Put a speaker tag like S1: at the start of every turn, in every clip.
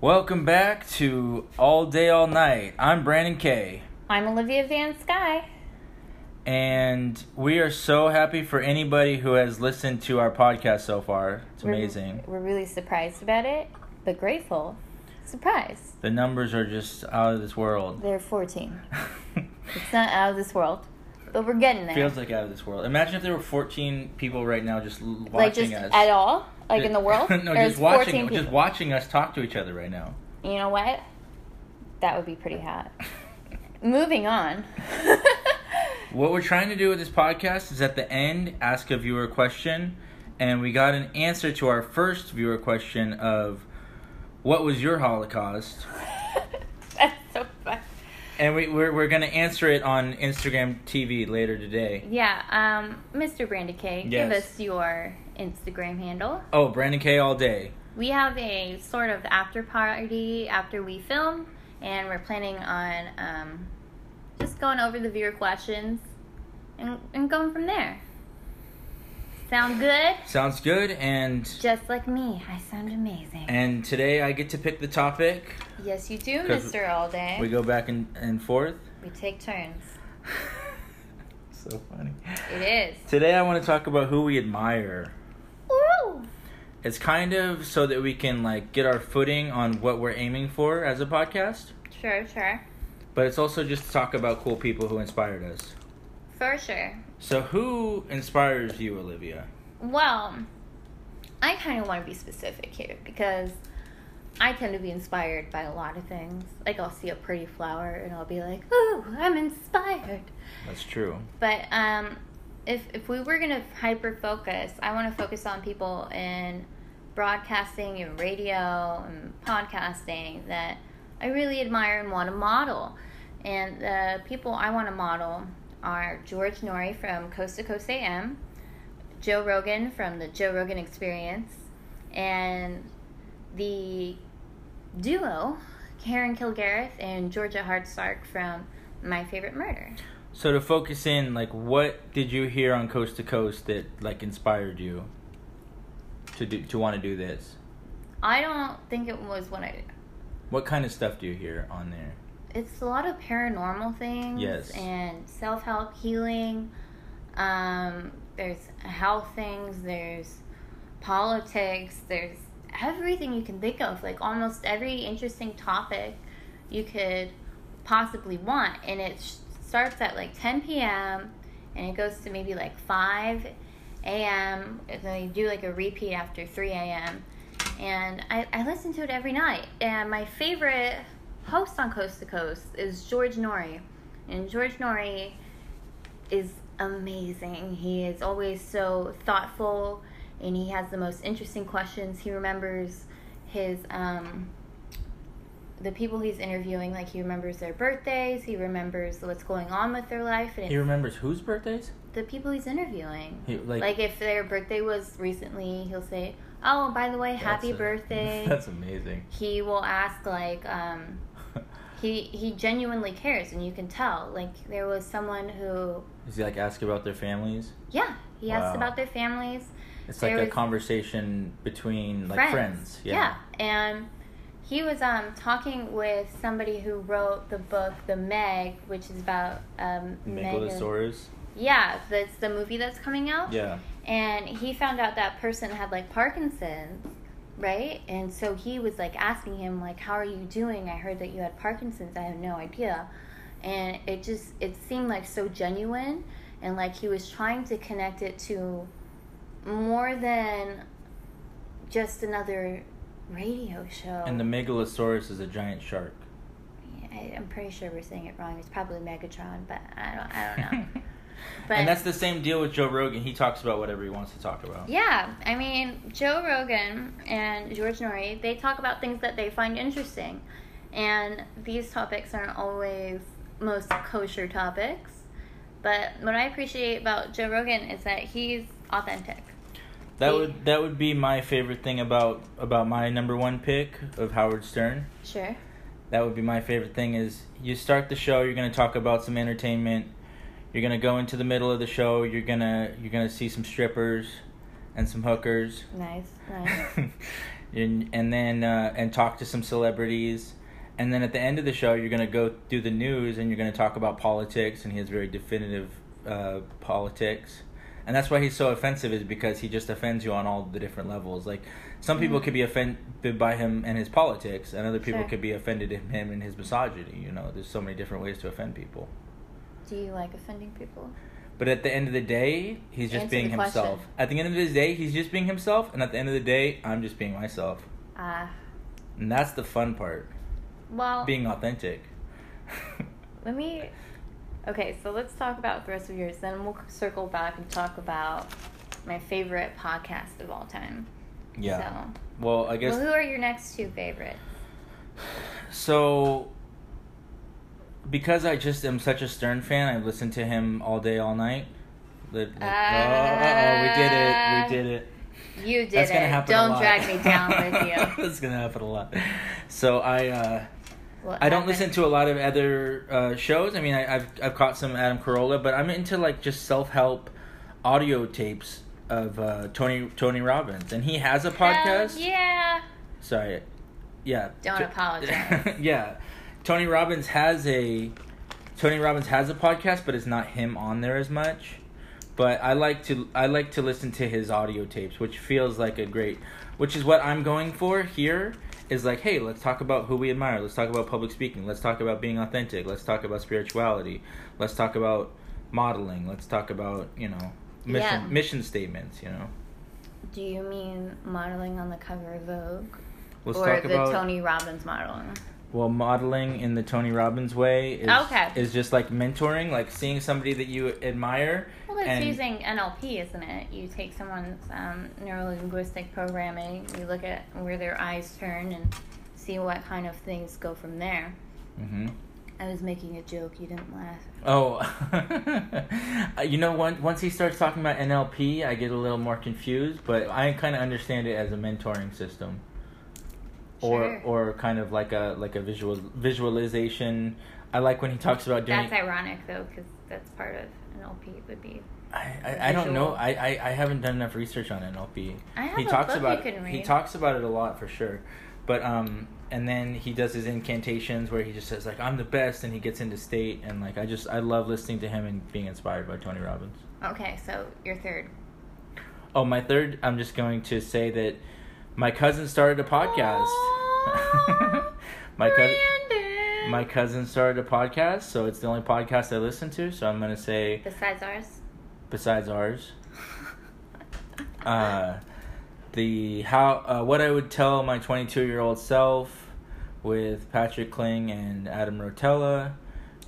S1: Welcome back to All Day All Night. I'm Brandon Kay,
S2: I'm Olivia Van Sky.
S1: and we are so happy for anybody who has listened to our podcast so far. It's
S2: We're-
S1: amazing.
S2: We're, really surprised about it, but grateful. Surprised.
S1: The numbers are just out of this world.
S2: They're 14. It's not out of this world, but we're getting there.
S1: Feels like out of this world. Imagine if there were 14 people right now just l- watching
S2: like just
S1: us.
S2: at all, like in the world.
S1: no,
S2: There's
S1: just watching,
S2: 14 people.
S1: just watching us talk to each other right now.
S2: You know what? That would be pretty hot. Moving on.
S1: What we're trying to do with this podcast is at the end ask a viewer question, and we got an answer to our first viewer question of what was your Holocaust?
S2: That's so fun.
S1: And we, we're, we're going to answer it on Instagram TV later today.
S2: Yeah, um, Mr. Brandon K, give
S1: Yes.
S2: us your Instagram handle.
S1: Oh, Brandon K all day.
S2: We have a sort of after party after we film, and we're planning on um, just going over the viewer questions and, and going from there. Sound good?
S1: Sounds good. And
S2: Just like me, I sound amazing.
S1: and today I get to pick the topic.
S2: yes, you do,
S1: 'Cause
S2: Mr. All Day.
S1: We
S2: We,
S1: go back and, and forth.
S2: take turns.
S1: so funny.
S2: It is.
S1: Today I want to talk about who we admire.
S2: Ooh!
S1: It's kind of so that we can like get our footing on what we're aiming for as a podcast,
S2: Sure, sure.
S1: but it's also just to talk about cool people who inspired us.
S2: For sure.
S1: So who inspires you, Olivia?
S2: Well, I kind of want to be specific here because I tend to be inspired by a lot of things. Like I'll see a pretty flower and I'll be like, "Ooh, I'm inspired."
S1: That's true.
S2: But um, if if we were gonna hyper focus, I want to focus on people in broadcasting and radio and podcasting that I really admire and want to model. And the people I want to model are George Nori from Coast to Coast AM, Joe Rogan from the Joe Rogan Experience, and the duo Karen Kilgareth and Georgia Hardstark from My Favorite Murder.
S1: So to focus in, like what did you hear on Coast to Coast that like inspired you to do to want to do this?
S2: I don't think it was when I.
S1: What kind of stuff do you hear on there?
S2: It's a lot of paranormal things.
S1: Yes.
S2: And self help healing. Um, there's health things. There's politics. There's everything you can think of. Like almost every interesting topic you could possibly want. And it sh- starts at like 10 p.m. and it goes to maybe like 5 a.m. And then you do like a repeat after 3 a.m. And I, I listen to it every night. And my favorite host on Coast to Coast is George Nori. And George Nori is amazing. He is always so thoughtful and he has the most interesting questions. He remembers his um the people he's interviewing, like he remembers their birthdays, he remembers what's going on with their life and
S1: He
S2: it's
S1: remembers whose birthdays?
S2: the people he's interviewing.
S1: He, like,
S2: Like, if their birthday was recently, he'll say, "Oh, by the way,
S1: that's
S2: happy
S1: a-
S2: birthday."
S1: That's amazing.
S2: He will ask like um he he genuinely cares and you can tell. Like there was someone who
S1: Is he like ask about their families?
S2: yeah, he
S1: Wow.
S2: asked about their families,
S1: It's
S2: There
S1: like a
S2: was-
S1: conversation between like friends. Yeah.
S2: And he was um talking with somebody who wrote the book The Meg, which is about um Megan.
S1: Megalosaurus.
S2: Yeah, that's the movie that's coming out.
S1: Yeah.
S2: and he found out that person had like parkinson's right and so he was like asking him like how are you doing i heard that you had parkinson's i have no idea and it just it seemed like so genuine and like he was trying to connect it to more than just another radio show
S1: And the Megalosaurus is a giant shark.
S2: I, i'm pretty sure we're saying it wrong it's probably megatron but i don't i don't know But-
S1: and that's the same deal with Joe Rogan. He talks about whatever he wants to talk about.
S2: Yeah, I mean, Joe Rogan and George Nori, they talk about things that they find interesting. And these topics aren't always most kosher topics. But what I appreciate about Joe Rogan is that he's authentic.
S1: That
S2: He-
S1: would that would be my favorite thing about about my number one pick of Howard Stern.
S2: Sure.
S1: That would be my favorite thing is you start the show, you're gonna talk about some entertainment, you're gonna go into the middle of the show, you're gonna you're gonna see some strippers and some hookers.
S2: Nice, nice.
S1: and and then uh, and talk to some celebrities, and then at the end of the show, you're gonna go do the news and you're gonna talk about politics, and he has very definitive uh, politics, and that's why he's so offensive is because he just offends you on all the different levels. Like some people
S2: Mhm.
S1: could be offended by him and his politics, and other people
S2: Sure.
S1: could be offended at him and his misogyny. You know, there's so many different ways to offend people.
S2: Do you like offending people?
S1: But at the end of the day, he's just
S2: Answer
S1: being
S2: the question.
S1: himself. At the end of the day, he's just being himself, and at the end of the day, I'm just being myself.
S2: Ah,
S1: And that's the fun part,
S2: well.
S1: being authentic.
S2: Let me. Okay, so let's talk about the rest of yours. Then we'll circle back and talk about my favorite podcast of all time.
S1: yeah.
S2: So,
S1: Well, I guess
S2: well, who are your next two favorites?
S1: so because I just am such a Stern fan, I listen to him all day all night. Li- li- oh, uh-oh,
S2: Ah.
S1: we did it. We did it.
S2: You did
S1: That's
S2: it.
S1: gonna happen. a
S2: Don't
S1: lot.
S2: drag me down with you.
S1: That's gonna happen a lot. So I, uh,
S2: What
S1: I don't
S2: happened?
S1: listen to a lot of other uh, shows. I mean, I, I've I've caught some Adam Carolla, but I'm into like just self help audio tapes of uh, Tony Tony Robbins, and he has a
S2: Hell
S1: podcast.
S2: yeah.
S1: Sorry, yeah.
S2: Don't
S1: To-
S2: apologize.
S1: yeah, Tony Robbins has a Tony Robbins has a podcast, but it's not him on there as much. But I like to I like to listen to his audio tapes, which feels like a great, which is what I'm going for here. Is like, hey, let's talk about who we admire. Let's talk about public speaking. Let's talk about being authentic. Let's talk about spirituality. Let's talk about modeling. Let's talk about you know mission
S2: Yeah.
S1: mission statements. You know,
S2: Do you mean modeling on the cover of Vogue?
S1: let's
S2: or
S1: talk
S2: the
S1: about
S2: Tony Robbins modeling?
S1: Well, modeling in the Tony Robbins way is
S2: Okay.
S1: is just like mentoring, like seeing somebody that you admire.
S2: Well, it's
S1: and-
S2: using NLP, isn't it? You take someone's um, neurolinguistic programming, you look at where their eyes turn, and see what kind of things go from there.
S1: Mhm.
S2: I was making a joke. You didn't laugh.
S1: Oh, you know, once once he starts talking about NLP, I get a little more confused, but I kind of understand it as a mentoring system,
S2: Sure.
S1: or or kind of like a like a visual visualization. I like when he talks about doing.
S2: That's ironic though, because that's part of NLP would be.
S1: I, I, I don't
S2: Visual.
S1: know. I, I, I haven't done enough research on NLP.
S2: I have
S1: he
S2: a
S1: talks
S2: book
S1: about
S2: you can
S1: he
S2: read.
S1: talks about it a lot for sure, but um and then he does his incantations where he just says like I'm the best and he gets into state and like I just I love listening to him and being inspired by Tony Robbins.
S2: Okay, so your third.
S1: Oh my third I'm just going to say that my cousin started a podcast.
S2: Aw,
S1: my cousin
S2: Brandon.
S1: my cousin started a podcast, so it's the only podcast I listen to. So I'm gonna say
S2: Besides ours.
S1: besides ours. uh, the how uh, what I would tell my 22 year old self with Patrick Kling and Adam Rotella,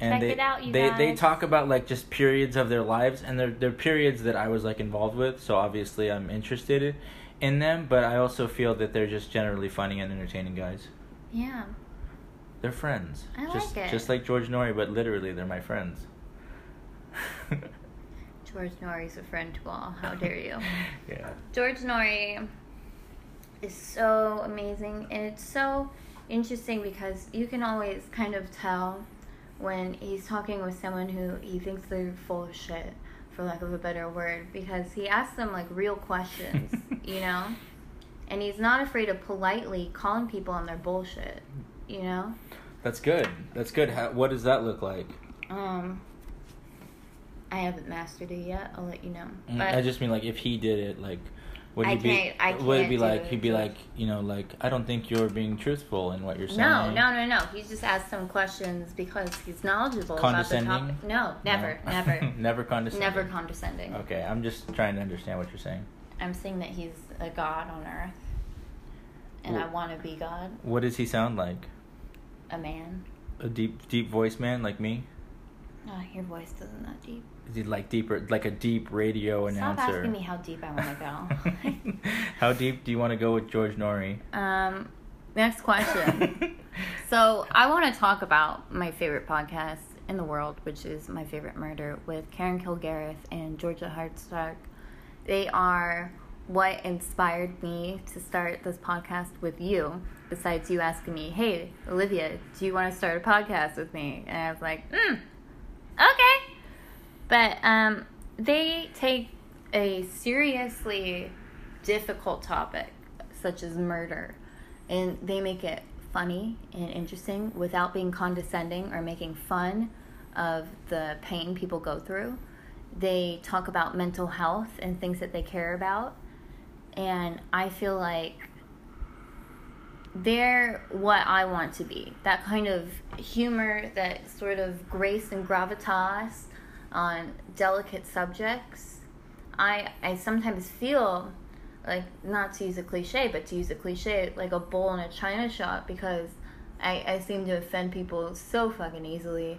S1: and
S2: Check
S1: they
S2: it out, you
S1: they they
S2: guys.
S1: talk about like just periods of their lives, and they're they're periods that I was like involved with, so obviously I'm interested in- in them, but I also feel that they're just generally funny and entertaining guys.
S2: yeah.
S1: They're friends,
S2: I
S1: just
S2: like it.
S1: just like George Nori, but literally they're my friends.
S2: George Norrie's a friend to all. How dare you?
S1: yeah.
S2: George Nori is so amazing, and it's so interesting because you can always kind of tell when he's talking with someone who he thinks they're full of shit, for lack of a better word, because he asks them like real questions, you know, and he's not afraid of politely calling people on their bullshit, you know.
S1: That's good. That's good. How, what does that look like?
S2: Um, I haven't mastered it yet. I'll let you know.
S1: Mm, I just mean like if he did it, like would
S2: I
S1: he be?
S2: can't- I
S1: would it
S2: can't
S1: be
S2: do
S1: like
S2: it.
S1: he'd be like you know like I don't think you're being truthful in what you're saying.
S2: No, no, no, no. He just asked some questions because he's knowledgeable about the
S1: Condescending?
S2: topic. No, never,
S1: No.
S2: never,
S1: never condescending.
S2: never condescending.
S1: Okay, I'm just trying to understand what you're saying.
S2: I'm saying that he's a god on earth, and I
S1: Well-
S2: want to be God,
S1: What does he sound like?
S2: a man.
S1: A deep, deep voice man like me?
S2: Oh, your voice isn't that deep.
S1: Is he like deeper, like a deep radio
S2: Stop
S1: announcer?
S2: asking me how deep I want to go.
S1: How deep do you want to go with George Nori?
S2: um, next question. So I want to talk about my favorite podcast in the world, which is My Favorite Murder with Karen Kilgareth and Georgia Hardstark. They are what inspired me to start this podcast with you. Besides you asking me, "Hey, Olivia, do you want to start a podcast with me?" and I was like, mm, "Okay." But um, they take a seriously difficult topic such as murder and they make it funny and interesting without being condescending or making fun of the pain people go through. They talk about mental health and things that they care about. And I feel like they're what I want to be. That kind of humor, that sort of grace and gravitas on delicate subjects. I I sometimes feel like not to use a cliche, but to use a cliche, like a bowl in a china shop because I, I seem to offend people so fucking easily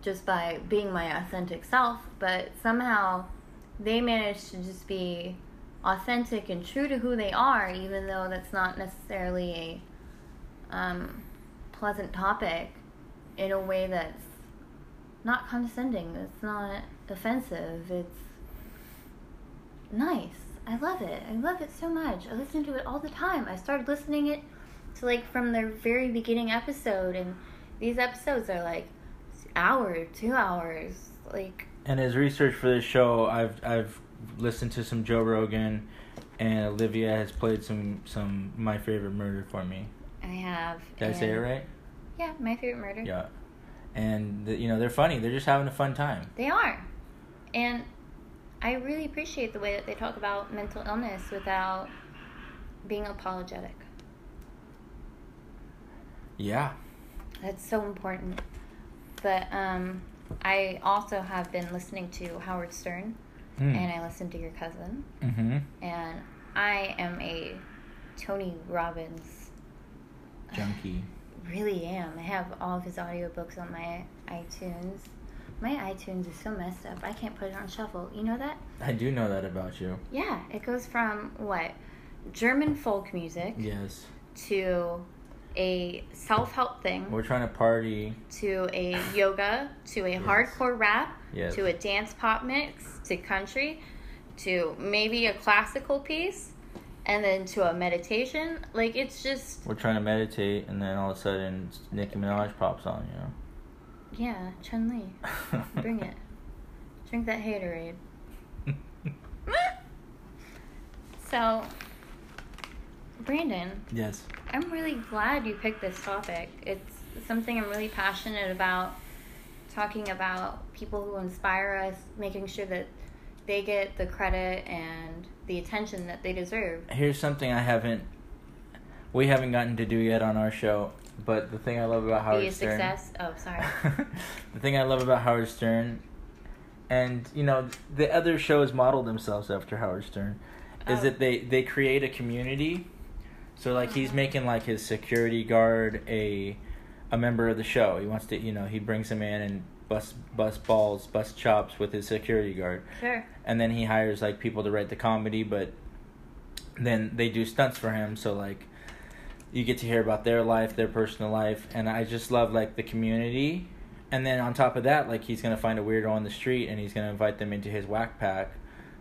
S2: just by being my authentic self, but somehow they manage to just be authentic and true to who they are, even though that's not necessarily a um, pleasant topic in a way that's not condescending, it's not offensive, it's nice. I love it. I love it so much. I listen to it all the time. I started listening it to like from their very beginning episode, and these episodes are like hour, two hours, like
S1: And as research for this show, I've I've listened to some Joe Rogan, and Olivia has played some some my favorite murder for me.
S2: I have.
S1: Did I say it
S2: and-
S1: right?
S2: Yeah, my favorite murder.
S1: Yeah. And the, you know they're funny. They're just having a fun time.
S2: They are. And I really appreciate the way that they talk about mental illness without being apologetic.
S1: Yeah.
S2: That's so important. But um, I also have been listening to Howard Stern,
S1: Hmm.
S2: and I listened to your cousin,
S1: Mm-hmm.
S2: and I am a Tony Robbins.
S1: Junkie.
S2: really am. I have all of his audiobooks on my iTunes. My iTunes is so messed up. I can't put it on shuffle. You know that?
S1: I do know that about you.
S2: Yeah, it goes from what? German folk music
S1: Yes.
S2: to a self help thing
S1: We're trying to party.
S2: to a yoga to a
S1: Yes.
S2: hardcore rap
S1: Yes.
S2: to a dance pop mix to country to maybe a classical piece and then to a meditation. Like it's just,
S1: We're trying to meditate, and then all of a sudden, Nicki Minaj pops on. You
S2: yeah, Chun Li.
S1: know.
S2: Bring it. Drink that Haterade. so, Brandon.
S1: yes.
S2: I'm really glad you picked this topic. It's something I'm really passionate about talking about people who inspire us, making sure that they get the credit and the attention that they deserve.
S1: Here's something I haven't. We haven't gotten to do yet on our show, but the thing I love about Howard
S2: Be a
S1: Stern.
S2: success. Oh, sorry.
S1: the thing I love about Howard Stern, and you know, the other shows model themselves after Howard Stern, is
S2: Oh.
S1: that they they create a community. So like he's
S2: Mhm.
S1: making like his security guard a a member of the show. He wants to you know he brings him in and bust bust balls bust chops with his security guard,
S2: Sure.
S1: and then he hires like people to write the comedy, but then they do stunts for him. So like you get to hear about their life, their personal life, and I just love like the community. And then on top of that, like he's gonna find a weirdo on the street and he's gonna invite them into his whack pack,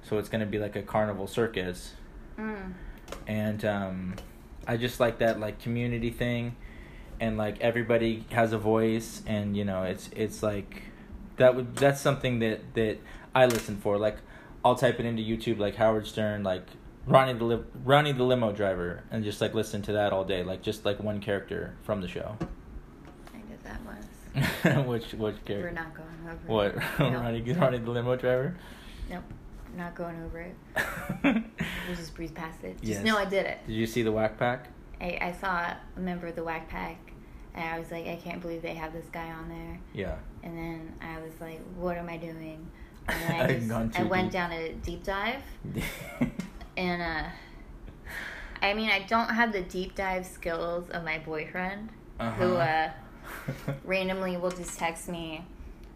S1: so it's gonna be like a carnival circus.
S2: Mm.
S1: And um, I just like that like community thing, and like everybody has a voice, and you know it's it's like that would that's something that that I listen for. Like I'll type it into YouTube like Howard Stern like. Ronnie the li- Ronnie the limo driver, and just like listen to that all day, like just like one character from the show.
S2: I did that once.
S1: which which
S2: We're
S1: character?
S2: not going over
S1: What
S2: it. No.
S1: Ronnie Ronnie the limo driver?
S2: Nope. Not going over it. We'll just breeze past it. Just
S1: Yes.
S2: know I did it.
S1: Did you see the Whack Pack?
S2: I, I saw a member of the Whack Pack, and I was like, I can't believe they have this guy on there.
S1: Yeah.
S2: And then I was like, what am I doing? And then I,
S1: I've
S2: just,
S1: gone
S2: I
S1: too
S2: went
S1: deep.
S2: down a deep dive. And uh, I mean, I don't have the deep dive skills of my boyfriend,
S1: Uh-huh.
S2: who uh, randomly will just text me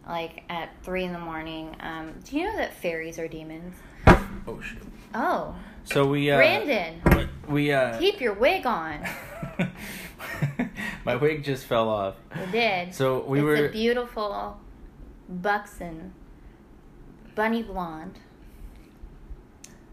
S2: like at three in the morning. Um, do you know that fairies are demons?
S1: oh shit.
S2: Oh,
S1: So we uh
S2: Brandon,
S1: we uh
S2: keep your wig on.
S1: my wig just fell off.
S2: It did.
S1: So we
S2: it's
S1: were
S2: a beautiful Buxton bunny blonde.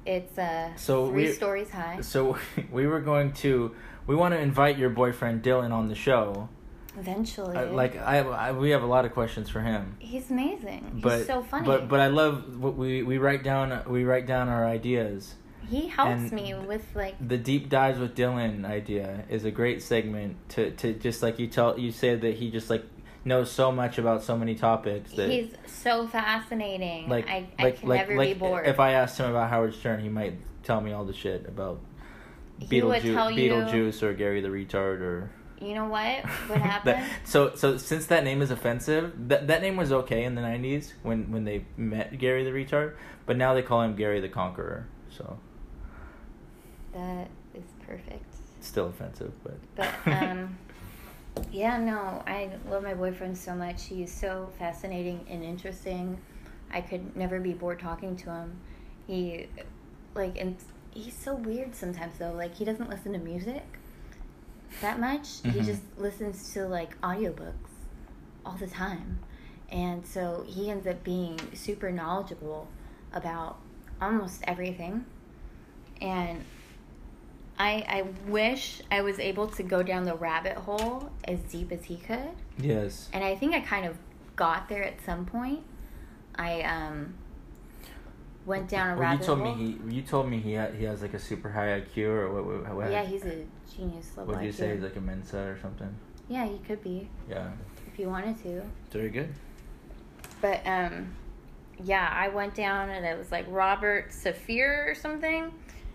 S2: It's uh,
S1: So
S2: three
S1: we-
S2: stories high.
S1: so we were going to we want to invite your boyfriend Dylan on the show.
S2: Eventually,
S1: Uh, like I, I we have a lot of questions for him.
S2: Oh, he's amazing.
S1: but
S2: he's so funny.
S1: but but I love what we we write down we write down our ideas
S2: He helps
S1: And
S2: me with like
S1: the deep dives with Dylan idea is a great segment to to just like you tell you say that he just like knows so much about so many topics that
S2: he's so fascinating.
S1: like
S2: I, I
S1: like
S2: can
S1: like,
S2: never
S1: like
S2: be bored.
S1: if I uh, asked him about Howard Stern, he might tell me all the shit about
S2: He would
S1: Beetlejuice,
S2: tell you-
S1: Beetlejuice or Gary the retard or
S2: you know what would
S1: that-
S2: happen?
S1: so so since that name is offensive, that that name was okay in the '90s when when they met Gary the retard, but now they call him Gary the Conqueror. So
S2: that is perfect.
S1: it's still offensive, but
S2: But um yeah, no, I love my boyfriend so much. He is so fascinating and interesting. I could never be bored talking to him. He like and he's so weird sometimes though. Like he doesn't listen to music that much. He
S1: Mhm.
S2: just listens to like audiobooks all the time. And so he ends up being super knowledgeable about almost everything. And I I wish I was able to go down the rabbit hole as deep as he could.
S1: yes.
S2: And I think I kind of got there at some point. I um went down a
S1: Well,
S2: rabbit
S1: you told
S2: hole.
S1: me he. You told me he ha- he has like a super high IQ or what? what, what
S2: yeah, he's a genius level.
S1: What do you
S2: IQ.
S1: say? He's like a Mensa or something.
S2: Yeah, he could be
S1: Yeah,
S2: if you wanted to.
S1: very good.
S2: But um, yeah, I went down and it was like Robert Saphir or something,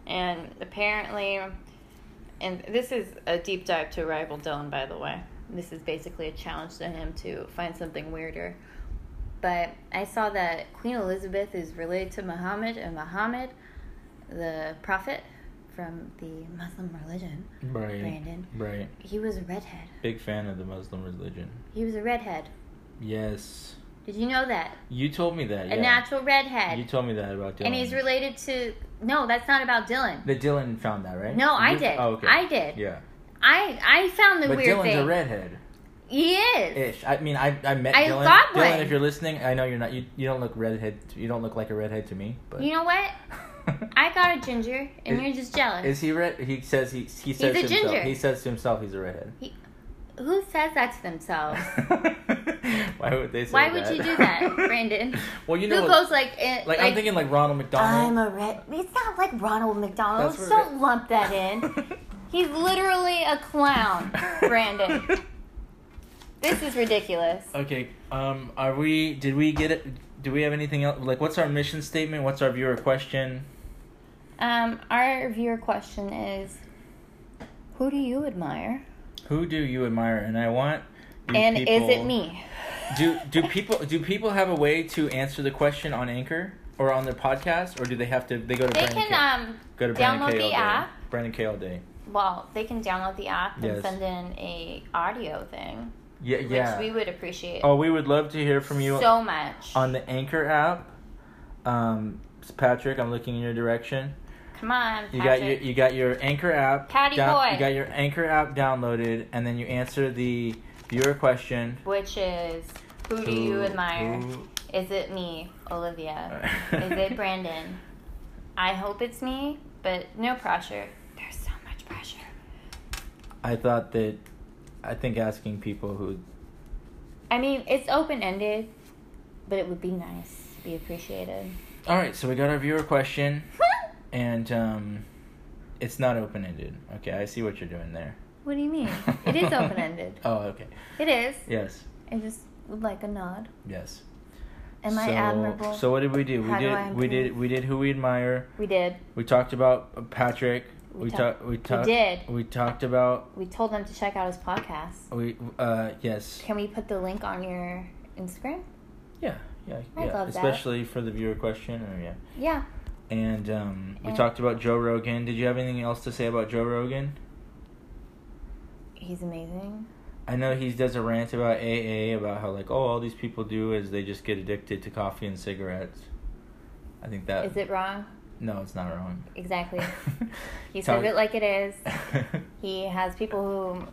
S2: and apparently, and this is a deep dive to rival Dylan, by the way. This is basically a challenge to him to find something weirder. But I saw that Queen Elizabeth is related to Muhammad, and Muhammad, the prophet from the Muslim religion,
S1: Right.
S2: Brandon.
S1: Right.
S2: he was a redhead.
S1: Big fan of the Muslim religion.
S2: He was a redhead.
S1: Yes.
S2: Did you know that?
S1: You told me that.
S2: A
S1: yeah.
S2: natural redhead.
S1: You told me that about Dylan.
S2: And he's related to no, that's not about Dylan.
S1: That Dylan found that right?
S2: No, I
S1: You-
S2: did.
S1: Oh, okay.
S2: I did.
S1: Yeah.
S2: I I found the
S1: but
S2: weird
S1: Dylan's
S2: thing.
S1: a redhead.
S2: He is.
S1: Ish. I mean, I I met
S2: I
S1: Dylan.
S2: got
S1: Dylan,
S2: one.
S1: if you're listening, I know you're not. You, you don't look redhead. You don't look like a redhead to me. But
S2: You know what? I got a ginger, and
S1: Is-
S2: you're just jealous.
S1: Is he red? He says he he says
S2: a
S1: to himself.
S2: ginger.
S1: He says to himself he's a redhead.
S2: Who says that to themselves?
S1: Why would they say
S2: Why
S1: that?
S2: would you do that, Brandon?
S1: well, you know,
S2: Who
S1: what-
S2: goes like eh,
S1: like, I'm thinking like Ronald
S2: I'm
S1: McDonald.
S2: a red. It's not like Ronald McDonald.
S1: That's where-
S2: Don't lump that in. He's literally a clown, Brandon. This is ridiculous.
S1: okay, um, are we? Did we get it? Do we have anything else? Like, what's our mission statement? What's our viewer question?
S2: Um, our viewer question is, who do you admire,
S1: Who do you admire? And I want. you
S2: and is it
S1: people-
S2: me?
S1: Do do people do people have a way to answer the question on Anchor or on their podcast, or do they have to? They go to
S2: They
S1: Brandon
S2: can
S1: K-
S2: um,
S1: go to
S2: download
S1: Brandon K
S2: the
S1: all day.
S2: app.
S1: Brandon K all day.
S2: well, they can download the app and
S1: Yes.
S2: send in a audio thing,
S1: Yeah, yeah.
S2: which we would appreciate
S1: oh, we would love to hear from you
S2: so much.
S1: on the Anchor app. Um, Patrick, I'm looking in your direction.
S2: Come on,
S1: You got your
S2: Patrick.
S1: you got your Anchor app.
S2: Patty
S1: down-
S2: boy.
S1: You got your Anchor app downloaded, and then you answer the viewer question.
S2: which is, who do you
S1: Who-
S2: admire?
S1: who-
S2: Is it me, Olivia? is it Brandon? I hope it's me, but no pressure. There's so much pressure.
S1: I thought that. I think asking people who
S2: I mean, it's open ended, but it would be nice to be appreciated.
S1: All right, so we got our viewer question, and um, it's not open ended. Okay, I see what you're doing there.
S2: what do you mean? It is open ended.
S1: oh, okay.
S2: It is.
S1: Yes,
S2: I just would like a nod.
S1: yes.
S2: Am I
S1: So-
S2: admirable?
S1: So what did we do? We
S2: How do
S1: did.
S2: I
S1: we did.
S2: improve?
S1: We did who we admire.
S2: we did.
S1: We talked about Patrick.
S2: We
S1: We
S2: talk-
S1: talked. We talked.
S2: did.
S1: We talked about.
S2: We told them to check out his podcast.
S1: We uh yes.
S2: Can we put the link on your Instagram?
S1: Yeah. Yeah.
S2: I
S1: yeah.
S2: love that.
S1: Especially for the viewer question. Or yeah.
S2: Yeah.
S1: And um, we
S2: And-
S1: talked about Joe Rogan. Did you have anything else to say about Joe Rogan?
S2: He's amazing.
S1: I know he does a rant about AA about how like oh all these people do is they just get addicted to coffee and cigarettes. I think that
S2: Is it wrong?
S1: no, it's not wrong.
S2: Exactly. He
S1: Talk-
S2: says it like it is. He has people who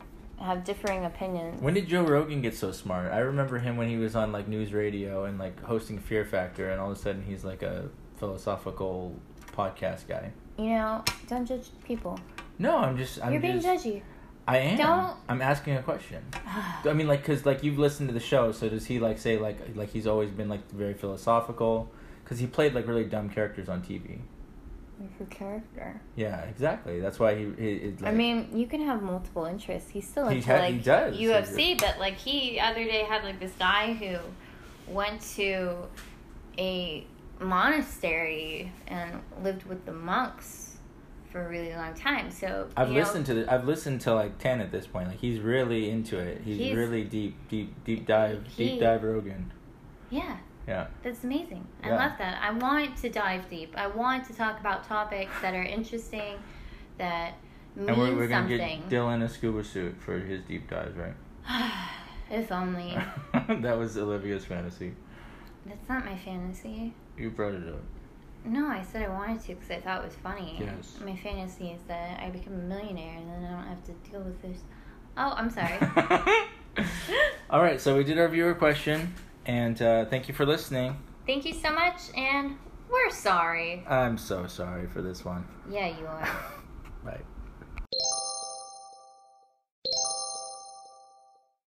S2: have differing opinions.
S1: when did Joe Rogan get so smart? I remember him when he was on like news radio and like hosting Fear Factor, and all of a sudden he's like a philosophical podcast guy.
S2: you know, don't judge people.
S1: No, I'm just I'm
S2: You're being
S1: just,
S2: judgy.
S1: I am.
S2: Don't-
S1: I'm asking a question. I mean, like, cause like you've listened to the show, so does he like say like like he's always been like very philosophical? Cause he played like really dumb characters on TV.
S2: for character.
S1: Yeah, exactly. That's why he. he, he
S2: I mean, you can have multiple interests. He's still
S1: He
S2: into
S1: ha-
S2: like
S1: he does.
S2: UFC, but like he other day had like this guy who went to a monastery and lived with the monks for a really long time. So
S1: I've
S2: you know,
S1: listened to the, I've listened to like ten at this point. Like he's really into it. He's,
S2: He's-
S1: really deep, deep, deep dive,
S2: He-
S1: deep dive Rogan.
S2: Yeah,
S1: Yeah.
S2: that's amazing. I
S1: Yeah.
S2: love that. I want to dive deep. I want to talk about topics that are interesting, that mean
S1: And we're, we're gonna
S2: something.
S1: get Dylan a scuba suit for his deep dives, right?
S2: if only.
S1: that was Olivia's fantasy.
S2: That's not my fantasy.
S1: You brought it up.
S2: No, I said I wanted to because I thought it was funny.
S1: Yes.
S2: My fantasy is that I become a millionaire and then I don't have to deal with this. Oh, I'm sorry.
S1: All right, so we did our viewer question, and uh, thank you for listening.
S2: Thank you so much, and we're sorry.
S1: I'm so sorry for this one.
S2: Yeah, you are.
S1: Bye.